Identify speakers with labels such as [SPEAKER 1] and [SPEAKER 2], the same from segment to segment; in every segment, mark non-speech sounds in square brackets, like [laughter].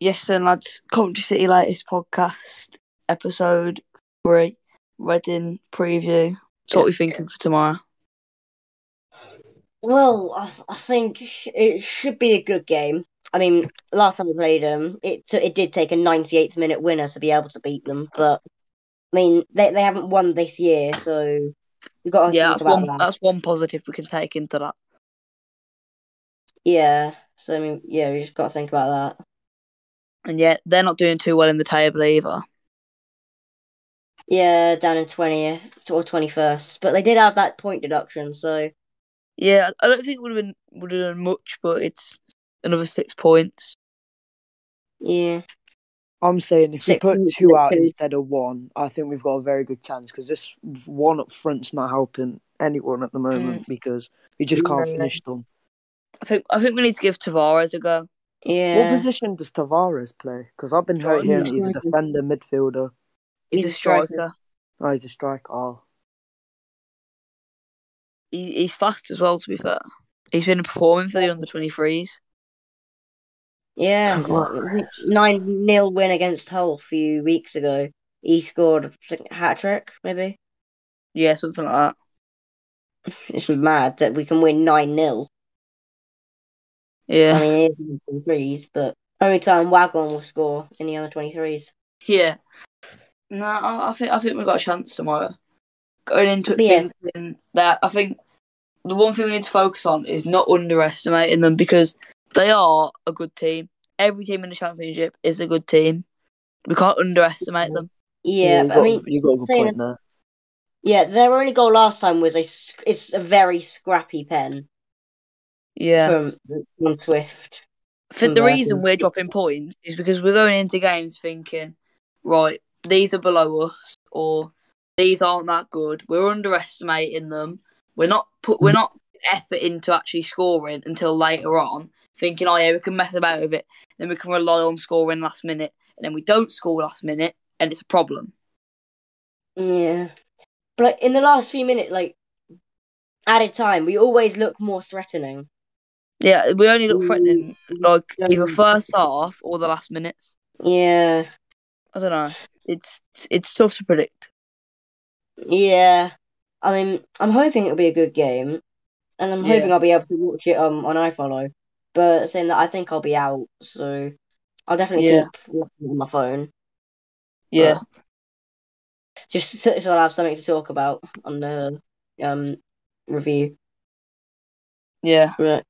[SPEAKER 1] Yes, then, lads, Coventry City latest podcast, episode three, Reading preview. So, what we thinking for tomorrow?
[SPEAKER 2] Well, I, th- I think sh- it should be a good game. I mean, last time we played them, it t- it did take a 98th minute winner to be able to beat them, but I mean, they they haven't won this year, so we got to
[SPEAKER 1] yeah, uh,
[SPEAKER 2] think
[SPEAKER 1] that's
[SPEAKER 2] about
[SPEAKER 1] one,
[SPEAKER 2] that.
[SPEAKER 1] that's one positive we can take into that.
[SPEAKER 2] Yeah, so I mean, yeah, we just got to think about that.
[SPEAKER 1] And yet, they're not doing too well in the table either.
[SPEAKER 2] Yeah, down in 20th or 21st, but they did have that point deduction, so
[SPEAKER 1] Yeah, I don't think would have been would have done much, but it's another six points.
[SPEAKER 2] yeah,
[SPEAKER 3] I'm saying if we
[SPEAKER 2] Six
[SPEAKER 3] put
[SPEAKER 2] points
[SPEAKER 3] two out
[SPEAKER 2] difference.
[SPEAKER 3] instead of one, I think we've got a very good chance because this one up front's not helping anyone at the
[SPEAKER 2] Mm.
[SPEAKER 3] moment because we just can't
[SPEAKER 2] No.
[SPEAKER 3] finish them.
[SPEAKER 1] I think I think we need to give Tavares a go.
[SPEAKER 2] yeah.
[SPEAKER 3] What position does Tavares play? Because I've been heard- hearing he's a
[SPEAKER 2] Striker.
[SPEAKER 3] defender, midfielder.
[SPEAKER 1] He's,
[SPEAKER 2] He's
[SPEAKER 1] a
[SPEAKER 2] a
[SPEAKER 1] striker.
[SPEAKER 2] striker.
[SPEAKER 3] Oh, he's a striker. Oh.
[SPEAKER 1] He, he's fast as well. To be fair, he's been performing for the under twenty threes.
[SPEAKER 2] Yeah,
[SPEAKER 3] Tavares.
[SPEAKER 2] nine 0 win against Hull a few weeks ago. He scored a hat trick, maybe.
[SPEAKER 1] Yeah, something like that.
[SPEAKER 2] It's mad that we can win nine 0
[SPEAKER 1] Yeah,
[SPEAKER 2] I mean, it is in threes, but only time Wagwan will score in the other twenty threes.
[SPEAKER 1] yeah. No, I, I think I think we've got a chance tomorrow. Going into it,
[SPEAKER 2] Yeah.
[SPEAKER 1] thinking that I think the one thing we need to focus on is not underestimating them because they are a good team. Every team in the championship is a good team. We can't underestimate them.
[SPEAKER 2] Yeah,
[SPEAKER 3] you
[SPEAKER 2] but
[SPEAKER 3] got,
[SPEAKER 2] I mean,
[SPEAKER 3] you got a good
[SPEAKER 2] saying-
[SPEAKER 3] point there.
[SPEAKER 2] yeah, their only goal last time was a sc- it's a very scrappy pen
[SPEAKER 1] Yeah.
[SPEAKER 2] from from Swift.
[SPEAKER 1] I think the
[SPEAKER 2] converting.
[SPEAKER 1] reason we're dropping points is because we're going into games thinking, right, these are below us, or these aren't that good. We're underestimating them. We're not put. We're not putting effort into actually scoring until later on, thinking, oh yeah, we can mess about with it. Then we can rely on scoring last minute, and then we don't score last minute, and it's a problem.
[SPEAKER 2] Yeah, but like, in the last few minutes, like added time, we always look more threatening.
[SPEAKER 1] Yeah, we only look threatening like
[SPEAKER 2] Yeah.
[SPEAKER 1] either first half or the last minutes.
[SPEAKER 2] Yeah.
[SPEAKER 1] I don't know. It's it's tough to predict.
[SPEAKER 2] Yeah, I mean, I'm hoping it'll be a good game, and I'm
[SPEAKER 1] Yeah.
[SPEAKER 2] hoping I'll be able to watch it um on iFollow. But saying that, I think I'll be out, so I'll definitely
[SPEAKER 1] Yeah.
[SPEAKER 2] keep watching on my phone
[SPEAKER 1] Yeah.
[SPEAKER 2] just so, so I'll have something to talk about on the um review.
[SPEAKER 1] Yeah.
[SPEAKER 2] Right.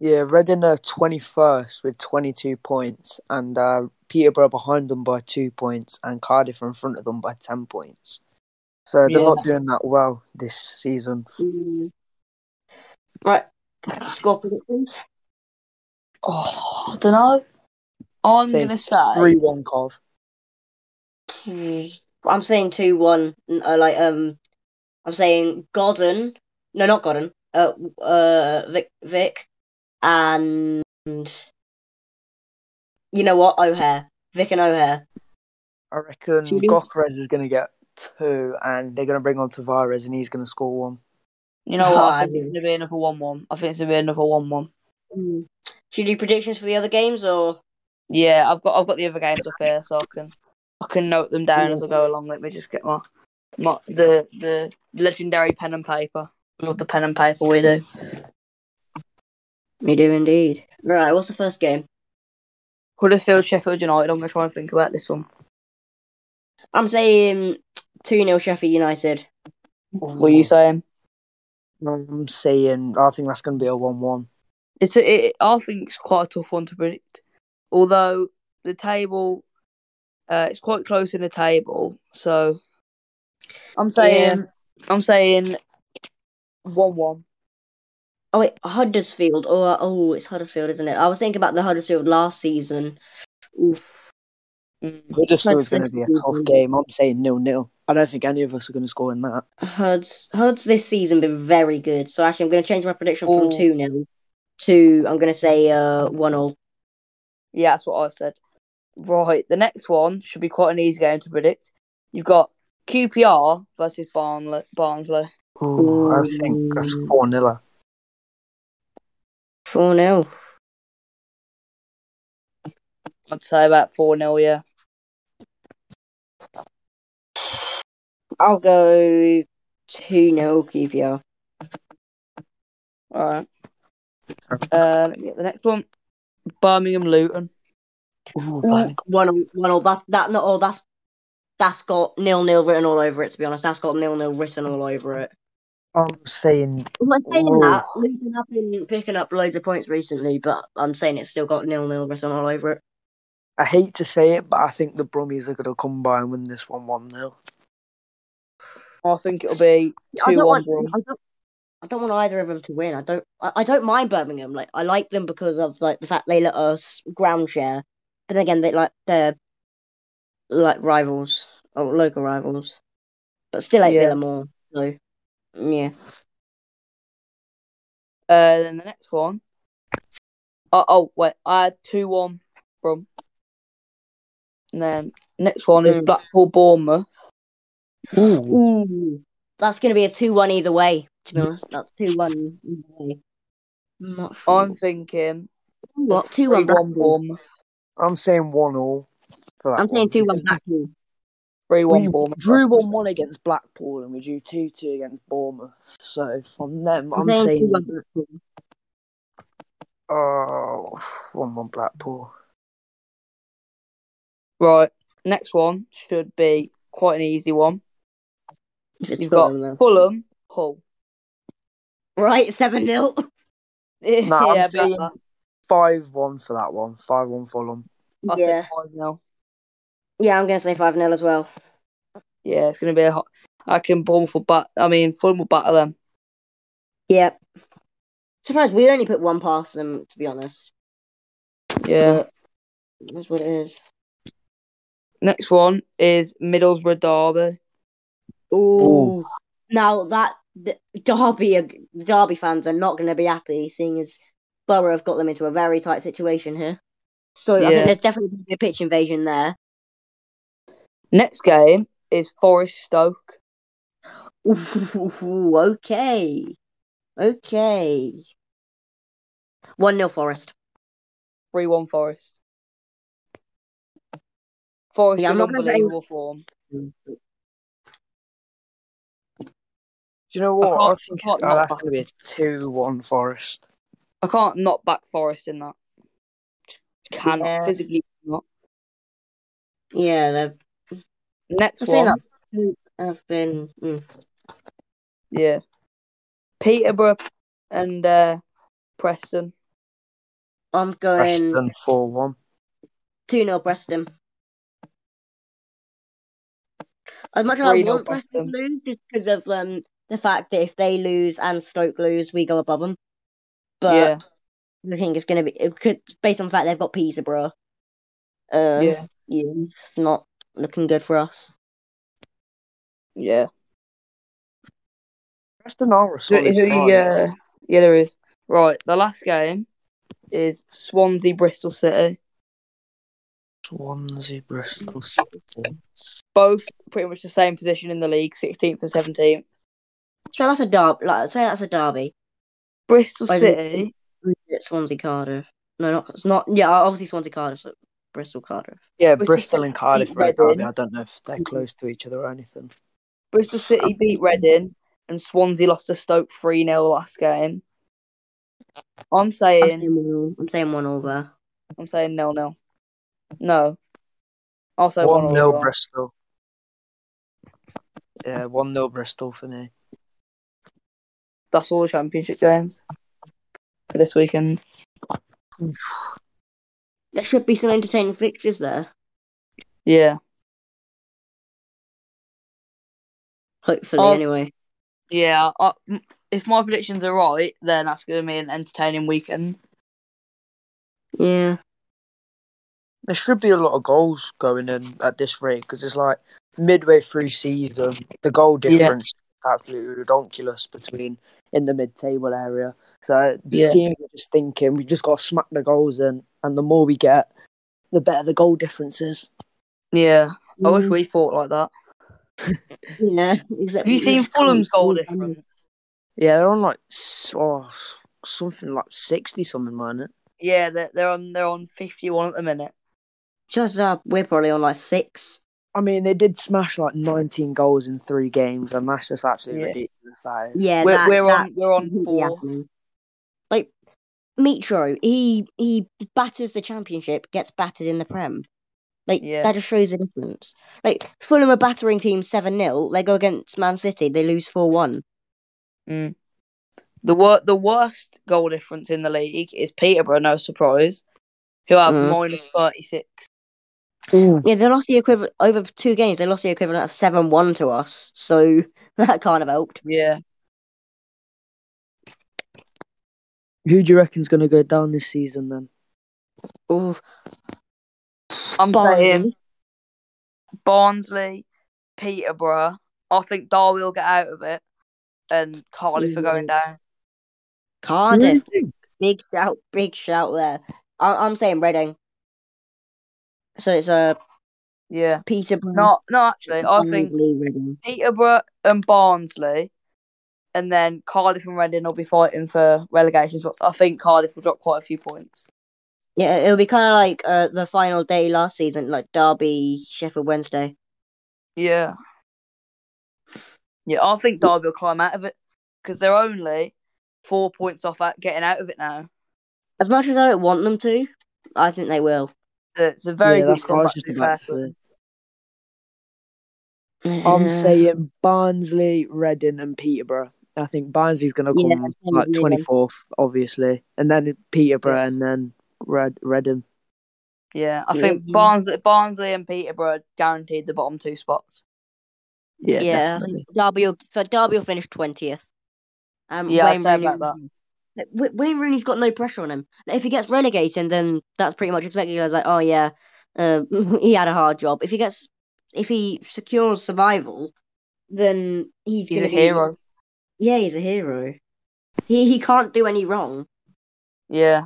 [SPEAKER 3] Yeah, Reading are 21st with 22 points, and uh, Peterborough behind them by two points, and Cardiff are in front of them by 10 points. So they're
[SPEAKER 2] Yeah.
[SPEAKER 3] not doing that well this season.
[SPEAKER 2] Mm. Right. Score predictions.
[SPEAKER 1] Oh, I don't know. I'm going to say
[SPEAKER 3] 3 1 Cov.
[SPEAKER 2] Hmm. I'm saying two one. Uh, like um, I'm saying Godden. No, not Godden. Uh, uh, Vic, Vic, and you know what? O'Hare, Vic and O'Hare.
[SPEAKER 3] I reckon
[SPEAKER 2] Should we-
[SPEAKER 3] Gokrez is going to get two, and they're going to bring on Tavares, and he's going to score one.
[SPEAKER 1] you know what? I think
[SPEAKER 2] Hi.
[SPEAKER 1] it's going to be another one-one. I think it's going to be another one-one.
[SPEAKER 2] Hmm. Should you do predictions for the other games or?
[SPEAKER 1] Yeah, I've got I've got the other games up here, so I can I can note them down as I go along. Let me just get my, my the the legendary pen and paper. Love the pen and paper we do.
[SPEAKER 2] We do indeed. Right. What's the first game?
[SPEAKER 1] Huddersfield, Sheffield United. I'm going to try and think about this one.
[SPEAKER 2] I'm saying two 0 Sheffield United.
[SPEAKER 1] What are you saying?
[SPEAKER 3] I'm saying, I think that's going to be a 1 1.
[SPEAKER 1] It's a, it, I think it's quite a tough one to predict. Although the table, uh, it's quite close in the table. So I'm saying, I'm saying one-one.
[SPEAKER 2] Oh wait, Huddersfield. Oh, oh, it's Huddersfield, isn't it? I was thinking about the Huddersfield last season. Oof.
[SPEAKER 1] Mm.
[SPEAKER 3] Huddersfield's going to be a tough
[SPEAKER 2] Huddersfield.
[SPEAKER 3] game. I'm saying nil nil. I don't think any of us are going to score in that.
[SPEAKER 2] Huds Huds this season been very good. So actually, I'm going to change my prediction
[SPEAKER 1] Ooh.
[SPEAKER 2] from two 0 to I'm going to say uh one all.
[SPEAKER 1] Yeah, that's what I said. Right, the next one should be quite an easy game to predict. You've got QPR versus Barnle- Barnsley.
[SPEAKER 3] Ooh, I think that's
[SPEAKER 2] Ooh.
[SPEAKER 3] 4 0.
[SPEAKER 2] Four 0
[SPEAKER 1] I'd say about 4 0, yeah.
[SPEAKER 2] I'll go 2 0 QPR.
[SPEAKER 1] All right. Uh, let me get the next one. Birmingham Luton.
[SPEAKER 3] Ooh,
[SPEAKER 2] One
[SPEAKER 3] Birmingham.
[SPEAKER 2] all, one all. That, that not all. That's that's got nil nil written all over it. To be honest, that's got nil nil written all over it.
[SPEAKER 3] I'm saying
[SPEAKER 2] Well, I'm saying
[SPEAKER 3] Ooh.
[SPEAKER 2] that Luton have been picking up loads of points recently, but I'm saying it's still got nil nil written all over it.
[SPEAKER 3] I hate to say it, but I think the Brummies are going to come by and win this one 1 0.
[SPEAKER 1] I think it'll be 2
[SPEAKER 2] don't
[SPEAKER 1] 1
[SPEAKER 2] want, I don't, I don't want either of them to win. I don't. I, I don't mind Birmingham. Like I like them because of like the fact they let us ground share, but then again, they like they're like rivals or local rivals, but still like
[SPEAKER 1] Yeah.
[SPEAKER 2] Villa more. So mm, yeah,
[SPEAKER 1] Uh, then the next one. Oh, oh wait, I had two one from. And then next one is
[SPEAKER 2] Mm.
[SPEAKER 1] Blackpool Bournemouth.
[SPEAKER 3] Ooh.
[SPEAKER 2] Ooh. that's gonna be a two-one either way. To be honest, that's two-one either way. I'm not sure.
[SPEAKER 1] I'm thinking
[SPEAKER 2] what two-one
[SPEAKER 1] 3-1
[SPEAKER 2] Blackpool.
[SPEAKER 1] Bournemouth,
[SPEAKER 3] I'm saying 1 0.
[SPEAKER 2] I'm saying two-one Blackpool.
[SPEAKER 1] three
[SPEAKER 3] We
[SPEAKER 1] one Bournemouth.
[SPEAKER 3] drew 1 1 against Blackpool and we drew 2 2 against Bournemouth. So from them, I'm,
[SPEAKER 2] saying
[SPEAKER 3] saying
[SPEAKER 2] 2-1 Blackpool.
[SPEAKER 3] oh, 1 1 Blackpool.
[SPEAKER 1] Right, next one should be quite an easy one.
[SPEAKER 2] If it's
[SPEAKER 1] You've
[SPEAKER 2] Fulham,
[SPEAKER 1] got
[SPEAKER 2] though.
[SPEAKER 1] Fulham, Hull. [laughs]
[SPEAKER 2] right seven 0
[SPEAKER 3] Nah, I'm
[SPEAKER 1] yeah,
[SPEAKER 3] saying-
[SPEAKER 1] better.
[SPEAKER 3] 5 1 for that one. 5 1 Fulham.
[SPEAKER 1] I
[SPEAKER 2] Yeah.
[SPEAKER 1] said five now.
[SPEAKER 2] Yeah, I'm gonna say five 0 as well.
[SPEAKER 1] Yeah, it's gonna be a hot. I can Bournemouth will bat. I mean, Fulham will battle them.
[SPEAKER 2] Yep. Surprised we only put one past them, to be honest.
[SPEAKER 1] Yeah.
[SPEAKER 2] That's what it is.
[SPEAKER 1] Next one is Middlesbrough Derby.
[SPEAKER 2] Ooh. Now that the Derby, are- the Derby fans are not going to be happy, seeing as Borough have got them into a very tight situation here. So I
[SPEAKER 1] Yeah.
[SPEAKER 2] think there's definitely going to be a pitch invasion there.
[SPEAKER 1] Next game is Forest Stoke.
[SPEAKER 2] Ooh, okay, okay. One 0 Forest.
[SPEAKER 1] Three one Forest. Forest
[SPEAKER 2] Yeah, I'm
[SPEAKER 1] in
[SPEAKER 2] not gonna say-
[SPEAKER 1] unbelievable form.
[SPEAKER 3] Do you know what?
[SPEAKER 1] can't-
[SPEAKER 3] I think
[SPEAKER 1] I can't
[SPEAKER 3] oh,
[SPEAKER 1] knock
[SPEAKER 3] that's
[SPEAKER 1] that.
[SPEAKER 3] going to be a 2 1 Forest.
[SPEAKER 1] I can't not back Forest in that. Cannot
[SPEAKER 2] Yeah.
[SPEAKER 1] physically not.
[SPEAKER 2] Yeah, they've
[SPEAKER 1] Next
[SPEAKER 2] I'm saying
[SPEAKER 1] one,
[SPEAKER 2] that. I've been. Mm.
[SPEAKER 1] yeah, Peterborough and uh, Preston.
[SPEAKER 2] I'm going
[SPEAKER 3] Preston 4 1.
[SPEAKER 2] two 0 Preston. As much as I
[SPEAKER 1] 3-0
[SPEAKER 2] want Preston to lose, just because of um, the fact that if they lose and Stoke lose, we go above them. But I think it's going to be it could, based on the fact they've got Peterborough.
[SPEAKER 1] yeah,
[SPEAKER 2] Uh, yeah.
[SPEAKER 1] yeah,
[SPEAKER 2] it's not looking good for us.
[SPEAKER 1] yeah.
[SPEAKER 3] Preston are a
[SPEAKER 1] So,
[SPEAKER 3] solid
[SPEAKER 1] so,
[SPEAKER 3] side.
[SPEAKER 1] yeah, uh, yeah, there is. Right, the last game is Swansea Bristol City.
[SPEAKER 3] Swansea, Bristol City.
[SPEAKER 1] Both pretty much the same position in the league, 16th and 17th.
[SPEAKER 2] So that's a derby. Like, so that's a derby.
[SPEAKER 1] Bristol
[SPEAKER 2] I don't-
[SPEAKER 1] City
[SPEAKER 2] It's Swansea Cardiff. No, not it's not. Yeah, obviously Swansea Cardiff. So Bristol Cardiff.
[SPEAKER 3] Yeah,
[SPEAKER 1] Bristol
[SPEAKER 3] Bristol
[SPEAKER 1] City
[SPEAKER 3] and Cardiff
[SPEAKER 1] beat
[SPEAKER 3] are a derby.
[SPEAKER 1] Reading.
[SPEAKER 3] I don't know if they're close to each other or anything.
[SPEAKER 1] Bristol City beat Reading and Swansea lost to Stoke 3 0 last game. I'm
[SPEAKER 2] I'm
[SPEAKER 1] saying,
[SPEAKER 2] saying, one all- I'm saying one all there.
[SPEAKER 1] I'm saying nil nil. No. I'll say 1 0.
[SPEAKER 3] One nil Bristol. Yeah, one 0 Bristol for me.
[SPEAKER 1] That's all the championship games for this weekend.
[SPEAKER 2] There should be some entertaining fixtures there.
[SPEAKER 1] Yeah.
[SPEAKER 2] Hopefully,
[SPEAKER 1] Oh.
[SPEAKER 2] anyway.
[SPEAKER 1] Yeah. I, m- if my predictions are right, then that's going to be an entertaining weekend.
[SPEAKER 2] Yeah.
[SPEAKER 3] There should be a lot of goals going in at this rate because it's like midway through season, the goal
[SPEAKER 1] Yeah.
[SPEAKER 3] difference is absolutely redonkulous between in the mid-table area. So the
[SPEAKER 1] Yeah.
[SPEAKER 3] teams are just thinking we just got to smack the goals in, and the more we get, the better the goal difference is.
[SPEAKER 1] Yeah. I wish we thought like that.
[SPEAKER 2] Mm, Yeah, [laughs] exactly.
[SPEAKER 1] Mm. Have you seen Fulham's goal difference?
[SPEAKER 3] Yeah, they're on like s- oh, s- something like sixty something, weren't it?
[SPEAKER 1] Yeah, they're, they're on they're on fifty one at the minute.
[SPEAKER 2] Just uh, we're probably on like six.
[SPEAKER 3] I mean, they did smash like 19 goals in three games, and that's just absolutely
[SPEAKER 1] Yeah.
[SPEAKER 3] ridiculous. That is.
[SPEAKER 2] Yeah,
[SPEAKER 1] we're
[SPEAKER 2] that-
[SPEAKER 1] we're
[SPEAKER 2] that-
[SPEAKER 1] on we're
[SPEAKER 2] [laughs]
[SPEAKER 1] on
[SPEAKER 2] completely
[SPEAKER 1] four.
[SPEAKER 2] happening. Like Mitro, he he batters the championship, gets battered in the Prem. Like
[SPEAKER 1] Yeah.
[SPEAKER 2] that just shows the difference. Like Fulham are battering team seven 0 They go against Man City, they lose four one.
[SPEAKER 1] The wor- the worst goal difference in the league is Peterborough. No surprise, who have
[SPEAKER 2] Mm.
[SPEAKER 1] minus thirty six.
[SPEAKER 2] Yeah, they lost the equivalent over two games. They lost the equivalent of seven one to us, so [laughs] that can't have helped.
[SPEAKER 1] Yeah,
[SPEAKER 3] Who do you reckon's going to go down this season then?
[SPEAKER 2] Ooh,
[SPEAKER 1] I'm
[SPEAKER 2] Barnsley.
[SPEAKER 1] saying Barnsley, Peterborough. I think Derby will get out of it, and Cardiff are going down.
[SPEAKER 2] Cardiff, big shout, big shout there. I- I'm saying Reading. So it's uh, a
[SPEAKER 1] Yeah,
[SPEAKER 2] Peterborough.
[SPEAKER 1] no, no. Actually, I think
[SPEAKER 2] Barnsley, Reading.
[SPEAKER 1] Peterborough and Barnsley, and then Cardiff and Reading will be fighting for relegation spots. I think Cardiff will drop quite a few points.
[SPEAKER 2] Yeah, it'll be kind of like uh, the final day last season, like Derby, Sheffield Wednesday.
[SPEAKER 1] Yeah. Yeah, I think Derby will climb out of it because they're only four points off at getting out of it now.
[SPEAKER 2] As much as I don't want them to, I think they will.
[SPEAKER 1] So It's a very
[SPEAKER 3] yeah,
[SPEAKER 1] good
[SPEAKER 3] that's what I
[SPEAKER 1] comeback
[SPEAKER 3] was just
[SPEAKER 1] to be
[SPEAKER 3] about to
[SPEAKER 1] fair to them.
[SPEAKER 3] say.
[SPEAKER 2] [laughs]
[SPEAKER 3] I'm saying Barnsley, Reading, and Peterborough. I think Barnsley's going to
[SPEAKER 2] Yeah,
[SPEAKER 3] come
[SPEAKER 2] same
[SPEAKER 3] like
[SPEAKER 2] as me then.
[SPEAKER 3] 24th, obviously, and then Peterborough, and then Red Reading.
[SPEAKER 1] Yeah, I think
[SPEAKER 2] Yeah.
[SPEAKER 1] Barnsley, Barnsley and Peterborough guaranteed the bottom two spots.
[SPEAKER 3] Yeah,
[SPEAKER 2] yeah, I
[SPEAKER 3] definitely.
[SPEAKER 2] think Derby. Will, so Derby will finish twentieth. Um,
[SPEAKER 1] Yeah, I'd
[SPEAKER 2] Wayne
[SPEAKER 1] say
[SPEAKER 2] Rooney.
[SPEAKER 1] about that.
[SPEAKER 2] Like, Wa- Wayne Rooney's got no pressure on him. Like, if he gets relegated, then that's pretty much expected. I was like, oh yeah, uh, [laughs] he had a hard job. If he gets, if he secures survival, then he's,
[SPEAKER 1] He's a
[SPEAKER 2] gonna be-
[SPEAKER 1] hero.
[SPEAKER 2] Yeah, he's a hero. He he can't do any wrong.
[SPEAKER 1] Yeah.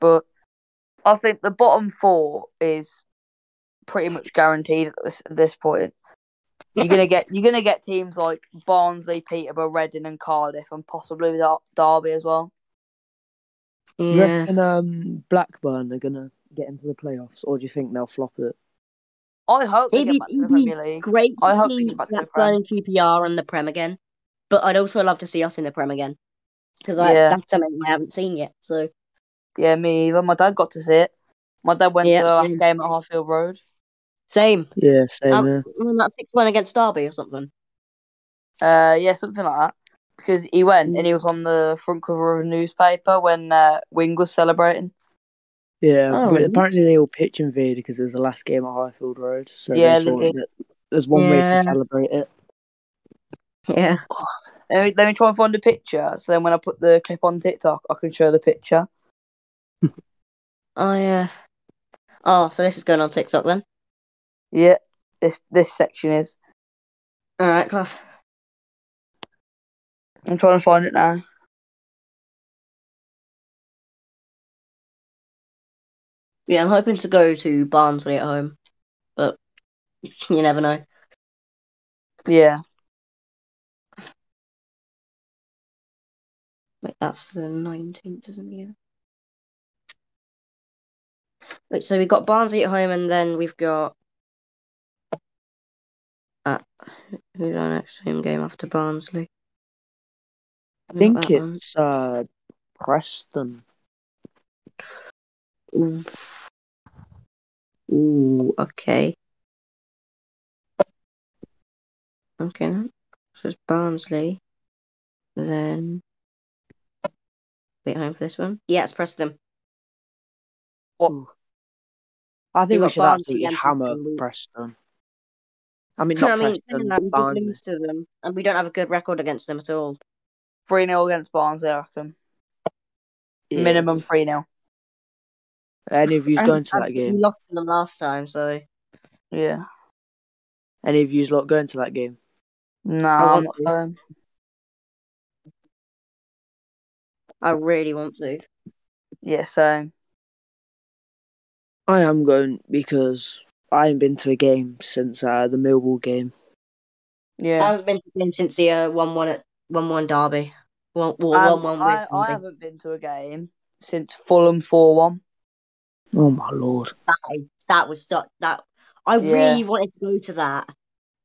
[SPEAKER 1] But I think the bottom four is pretty much guaranteed at this, at this point. You're gonna get you're gonna get teams like Barnsley, Peterborough, Reading, and Cardiff, and possibly Der- Derby as well.
[SPEAKER 3] You reckon um, Blackburn are going to get into the playoffs, or do you think they'll flop it?
[SPEAKER 1] I hope they
[SPEAKER 2] Maybe-
[SPEAKER 1] get back to the
[SPEAKER 2] maybe-
[SPEAKER 1] Premier League.
[SPEAKER 2] Great.
[SPEAKER 1] I
[SPEAKER 2] to
[SPEAKER 1] hope they
[SPEAKER 2] see
[SPEAKER 1] get back to the
[SPEAKER 2] Blackburn and QPR in the Prem again, but I'd also love to see us in the Prem again because I
[SPEAKER 1] Yeah.
[SPEAKER 2] that's something I haven't seen yet. So
[SPEAKER 1] Yeah, me either. My dad got to see it. My dad went
[SPEAKER 2] Yeah,
[SPEAKER 1] to the last
[SPEAKER 2] same.
[SPEAKER 1] game at Harfield Road.
[SPEAKER 2] same.
[SPEAKER 3] Yeah, same
[SPEAKER 2] Um,
[SPEAKER 3] here.
[SPEAKER 2] I mean, that six one against Derby or something.
[SPEAKER 1] Uh, yeah, something like that. Because he went
[SPEAKER 2] Mm.
[SPEAKER 1] and he was on the front cover of a newspaper when uh, Wing was celebrating.
[SPEAKER 3] Yeah,
[SPEAKER 2] Oh,
[SPEAKER 3] but
[SPEAKER 2] really?
[SPEAKER 3] apparently they all pitch invaded because it was the last game at Highfield Road. So they
[SPEAKER 1] Yeah, they
[SPEAKER 3] thought
[SPEAKER 1] did.
[SPEAKER 3] that there's one way
[SPEAKER 2] Yeah.
[SPEAKER 3] to celebrate it.
[SPEAKER 2] Yeah.
[SPEAKER 1] Let me, let me try and find a picture. So then when I put the clip on TikTok, I can show the picture.
[SPEAKER 2] Oh yeah. Oh, so this is going on TikTok then.
[SPEAKER 1] Yeah, this this section is.
[SPEAKER 2] All right, class.
[SPEAKER 1] I'm trying to find it now.
[SPEAKER 2] Yeah, I'm hoping to go to Barnsley at home, but [laughs] you never know.
[SPEAKER 1] Yeah,
[SPEAKER 2] Wait, that's the nineteenth, isn't it? Yeah. Wait, so we've got Barnsley at home, and then we've got. Uh, who's our next home game after Barnsley?
[SPEAKER 3] I think it's uh, Preston.
[SPEAKER 2] Ooh. Ooh, okay. Okay, so it's Barnsley. Then. Wait, home for this one? Yeah, it's Preston.
[SPEAKER 3] I think
[SPEAKER 2] We've
[SPEAKER 3] we
[SPEAKER 2] got
[SPEAKER 3] should
[SPEAKER 2] Barnsley
[SPEAKER 3] absolutely
[SPEAKER 2] and
[SPEAKER 3] hammer
[SPEAKER 2] Preston.
[SPEAKER 3] Preston. I mean,
[SPEAKER 2] I
[SPEAKER 3] not
[SPEAKER 2] mean, saying
[SPEAKER 3] Preston,
[SPEAKER 2] that, we did
[SPEAKER 3] Barnsley.
[SPEAKER 2] lose to them, and we don't have a good record against them at all.
[SPEAKER 1] 3 0 against Barnsley, I reckon.
[SPEAKER 3] Yeah.
[SPEAKER 1] Minimum 3 0.
[SPEAKER 3] Any of yous
[SPEAKER 2] And
[SPEAKER 3] going to
[SPEAKER 2] and
[SPEAKER 3] that
[SPEAKER 2] We
[SPEAKER 3] game?
[SPEAKER 2] lost to them last time, so
[SPEAKER 1] Yeah.
[SPEAKER 3] Any of yous lot going to that game?
[SPEAKER 1] No,
[SPEAKER 2] I
[SPEAKER 1] I'm
[SPEAKER 2] want
[SPEAKER 1] not
[SPEAKER 2] to.
[SPEAKER 1] going.
[SPEAKER 2] I really want to.
[SPEAKER 1] Yeah, same.
[SPEAKER 3] I am going because I haven't been to a game since uh, the Millwall game.
[SPEAKER 1] Yeah.
[SPEAKER 2] I haven't been to a game since the uh, one-one at one-one derby. One, well,
[SPEAKER 1] Um,
[SPEAKER 2] one-one
[SPEAKER 1] I,
[SPEAKER 2] with
[SPEAKER 1] I
[SPEAKER 2] derby.
[SPEAKER 1] haven't been to a game since Fulham 4 1.
[SPEAKER 3] Oh my lord!
[SPEAKER 2] That, that was such that. I
[SPEAKER 1] Yeah.
[SPEAKER 2] really wanted to go to that,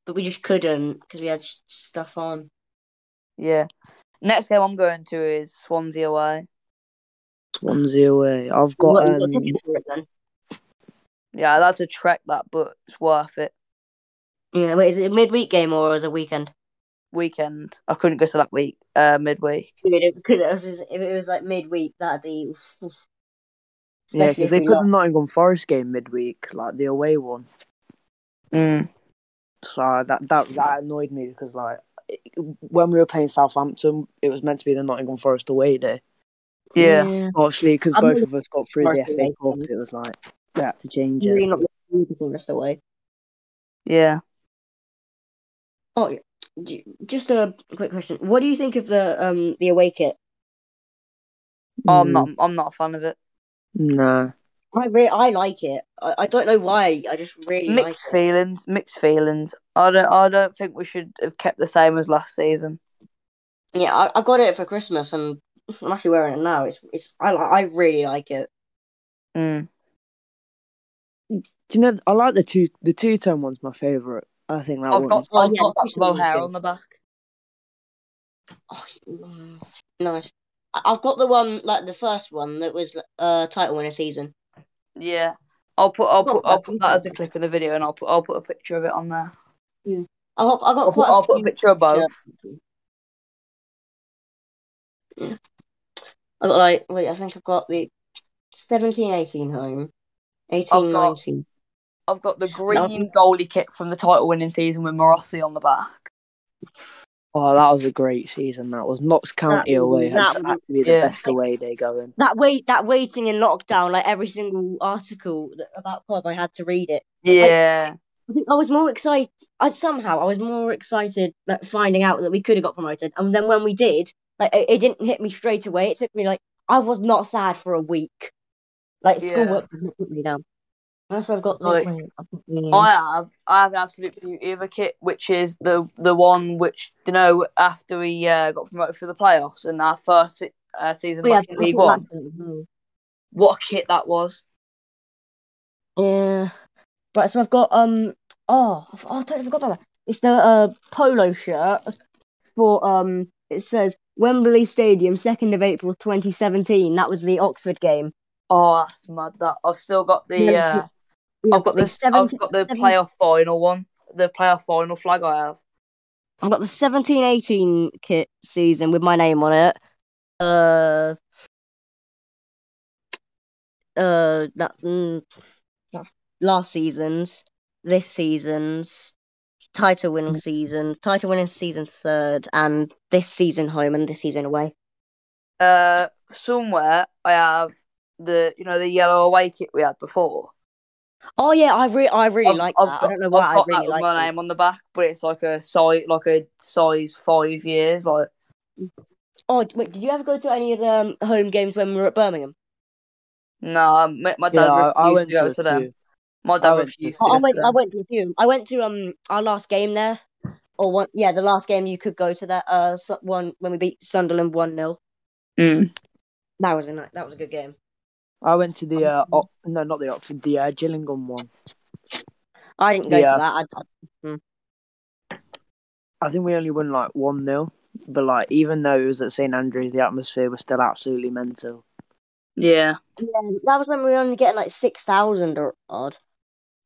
[SPEAKER 2] but we just couldn't because we had s- stuff on.
[SPEAKER 1] Yeah. Next game I'm going to is Swansea away.
[SPEAKER 3] Swansea away. I've
[SPEAKER 2] We
[SPEAKER 3] got
[SPEAKER 2] got- we got
[SPEAKER 3] um,
[SPEAKER 2] tickets for it then.
[SPEAKER 1] Yeah, that's a trek that, but it's worth it.
[SPEAKER 2] Yeah, wait, is it a midweek game or is it a weekend?
[SPEAKER 1] Weekend. I couldn't go to that week. Uh, midweek.
[SPEAKER 2] Dude, if it was, if it was like midweek, that'd be.
[SPEAKER 3] yeah,
[SPEAKER 2] Especially
[SPEAKER 3] because
[SPEAKER 2] if
[SPEAKER 3] they
[SPEAKER 2] we
[SPEAKER 3] put
[SPEAKER 2] lost.
[SPEAKER 3] the Nottingham Forest game midweek, like the away one.
[SPEAKER 1] Mm.
[SPEAKER 3] So uh, that that that annoyed me because like it, when we were playing Southampton, it was meant to be the Nottingham Forest away day.
[SPEAKER 1] Yeah.
[SPEAKER 3] Obviously, because
[SPEAKER 2] I'm
[SPEAKER 3] both
[SPEAKER 2] really
[SPEAKER 3] of us got through
[SPEAKER 2] sorry
[SPEAKER 3] the
[SPEAKER 2] for
[SPEAKER 3] FA
[SPEAKER 2] that,
[SPEAKER 3] Cup,
[SPEAKER 2] um,
[SPEAKER 3] it was like they had to change
[SPEAKER 2] Yeah.
[SPEAKER 3] it.
[SPEAKER 2] Really not looking for us away.
[SPEAKER 1] Yeah.
[SPEAKER 2] Oh, yeah. J- just a quick question. What do you think of the um the away kit?
[SPEAKER 1] Oh,
[SPEAKER 2] Hmm.
[SPEAKER 1] I'm not. I'm not a fan of it.
[SPEAKER 3] Mm, Nah.
[SPEAKER 2] I re- I like it. I, I don't know why. I just really like
[SPEAKER 1] Mixed
[SPEAKER 2] it.
[SPEAKER 1] feelings. Mixed feelings. I don't. I don't think we should have kept the same as last season.
[SPEAKER 2] Yeah, I, I got it for Christmas and I'm actually wearing it now. It's it's I li- I really like it.
[SPEAKER 1] Mm.
[SPEAKER 3] Do you know? I like the two. The two tone one's my favorite. I think that
[SPEAKER 1] I've
[SPEAKER 3] one.
[SPEAKER 1] got.
[SPEAKER 2] Oh,
[SPEAKER 1] I've
[SPEAKER 2] yeah,
[SPEAKER 1] got that
[SPEAKER 2] it's
[SPEAKER 1] bow
[SPEAKER 2] really
[SPEAKER 1] hair
[SPEAKER 2] good.
[SPEAKER 1] on the back.
[SPEAKER 2] Oh, mm, nice. I, I've got the one like the first one that was uh title winner season.
[SPEAKER 1] Yeah. I'll put. I'll
[SPEAKER 2] Well,
[SPEAKER 1] put. I'll put that as
[SPEAKER 2] that's
[SPEAKER 1] a clip in the video, and I'll put. I'll put a picture of it on there.
[SPEAKER 2] I got I got
[SPEAKER 1] I'll put.
[SPEAKER 2] quite
[SPEAKER 1] I'll
[SPEAKER 2] a
[SPEAKER 1] put a
[SPEAKER 2] few-
[SPEAKER 1] picture of both.
[SPEAKER 2] I got like wait, I think I've got the 17, 18 home, 18,
[SPEAKER 1] I've got-
[SPEAKER 2] 19.
[SPEAKER 1] I've got the green goalie kit from the title winning season with Morossi on the back.
[SPEAKER 3] Oh, that was a great season. That was Knox County
[SPEAKER 2] That-
[SPEAKER 3] away. Has
[SPEAKER 2] that was-
[SPEAKER 3] had to be the
[SPEAKER 1] yeah.
[SPEAKER 3] best away day going.
[SPEAKER 2] that wait that waiting in lockdown like every single article that, about club i had to read it
[SPEAKER 1] Yeah.
[SPEAKER 2] i think i was more excited i somehow i was more excited like finding out that we could have got promoted and then when we did like it, it didn't hit me straight away it took me like i was not sad for a week like
[SPEAKER 1] Yeah.
[SPEAKER 2] schoolwork did not put me down that's why i've got the,
[SPEAKER 1] Like,
[SPEAKER 2] wait, I've got the-
[SPEAKER 1] I have. I have an absolute beauty of a kit, which is the the one which you know after we uh, got promoted for the playoffs and our first se- uh, season
[SPEAKER 2] Oh, yeah,
[SPEAKER 1] back in
[SPEAKER 2] I've
[SPEAKER 1] League
[SPEAKER 2] got
[SPEAKER 1] One.
[SPEAKER 2] that as well.
[SPEAKER 1] What a kit that was!
[SPEAKER 2] yeah right so i've got um oh, I've- oh i totally forgot about that it's the uh polo shirt for um it says Wembley Stadium, second of April twenty seventeen. That was the Oxford game.
[SPEAKER 1] Oh, that's mad. That I've still got the.
[SPEAKER 2] Yeah,
[SPEAKER 1] Uh,
[SPEAKER 2] Yeah,
[SPEAKER 1] I've got
[SPEAKER 2] like
[SPEAKER 1] the.
[SPEAKER 2] seven-
[SPEAKER 1] I've got the
[SPEAKER 2] seven-
[SPEAKER 1] playoff final one. The playoff final flag I have.
[SPEAKER 2] I've got the seventeen eighteen kit season with my name on it. Uh uh that mm, that's last season's, this season's title
[SPEAKER 1] Mm.
[SPEAKER 2] winning season, title winning season third, and this season home and this season away.
[SPEAKER 1] Uh, somewhere I have the you know the yellow away kit we had before.
[SPEAKER 2] Oh yeah, I re- I really
[SPEAKER 1] I've-
[SPEAKER 2] like
[SPEAKER 1] I've
[SPEAKER 2] that. I
[SPEAKER 1] got-
[SPEAKER 2] don't know why
[SPEAKER 1] I've
[SPEAKER 2] I
[SPEAKER 1] got
[SPEAKER 2] really
[SPEAKER 1] that with
[SPEAKER 2] like
[SPEAKER 1] my
[SPEAKER 2] that.
[SPEAKER 1] name on the back, but it's like a size, like a size five years. Like
[SPEAKER 2] Oh wait, did you ever go to any of the um, home games when we were at Birmingham?
[SPEAKER 1] no, my, my dad
[SPEAKER 3] Yeah, I,
[SPEAKER 1] refused
[SPEAKER 3] I went
[SPEAKER 1] to go
[SPEAKER 3] to,
[SPEAKER 1] to,
[SPEAKER 3] a
[SPEAKER 1] them.
[SPEAKER 3] few.
[SPEAKER 1] My
[SPEAKER 3] I
[SPEAKER 1] dad
[SPEAKER 3] went to-
[SPEAKER 1] refused to
[SPEAKER 2] I,
[SPEAKER 1] go
[SPEAKER 2] Oh, I
[SPEAKER 1] to
[SPEAKER 2] went. I
[SPEAKER 1] them.
[SPEAKER 2] went to a few. I went to um our last game there, or one. Yeah, the last game you could go to that uh Su- one when we beat Sunderland one 0
[SPEAKER 1] Mm.
[SPEAKER 2] That was a night. That was a good game.
[SPEAKER 3] I went
[SPEAKER 2] Oh,
[SPEAKER 3] to the uh, Ox- no, not the Oxford, the uh, Gillingham one.
[SPEAKER 2] I didn't go
[SPEAKER 3] Yeah.
[SPEAKER 2] to that. I,
[SPEAKER 3] I think we only won like one 0 but like even though it was at St Andrews, the atmosphere was still absolutely mental.
[SPEAKER 1] Yeah,
[SPEAKER 2] yeah, that was when we were only getting like six thousand or odd,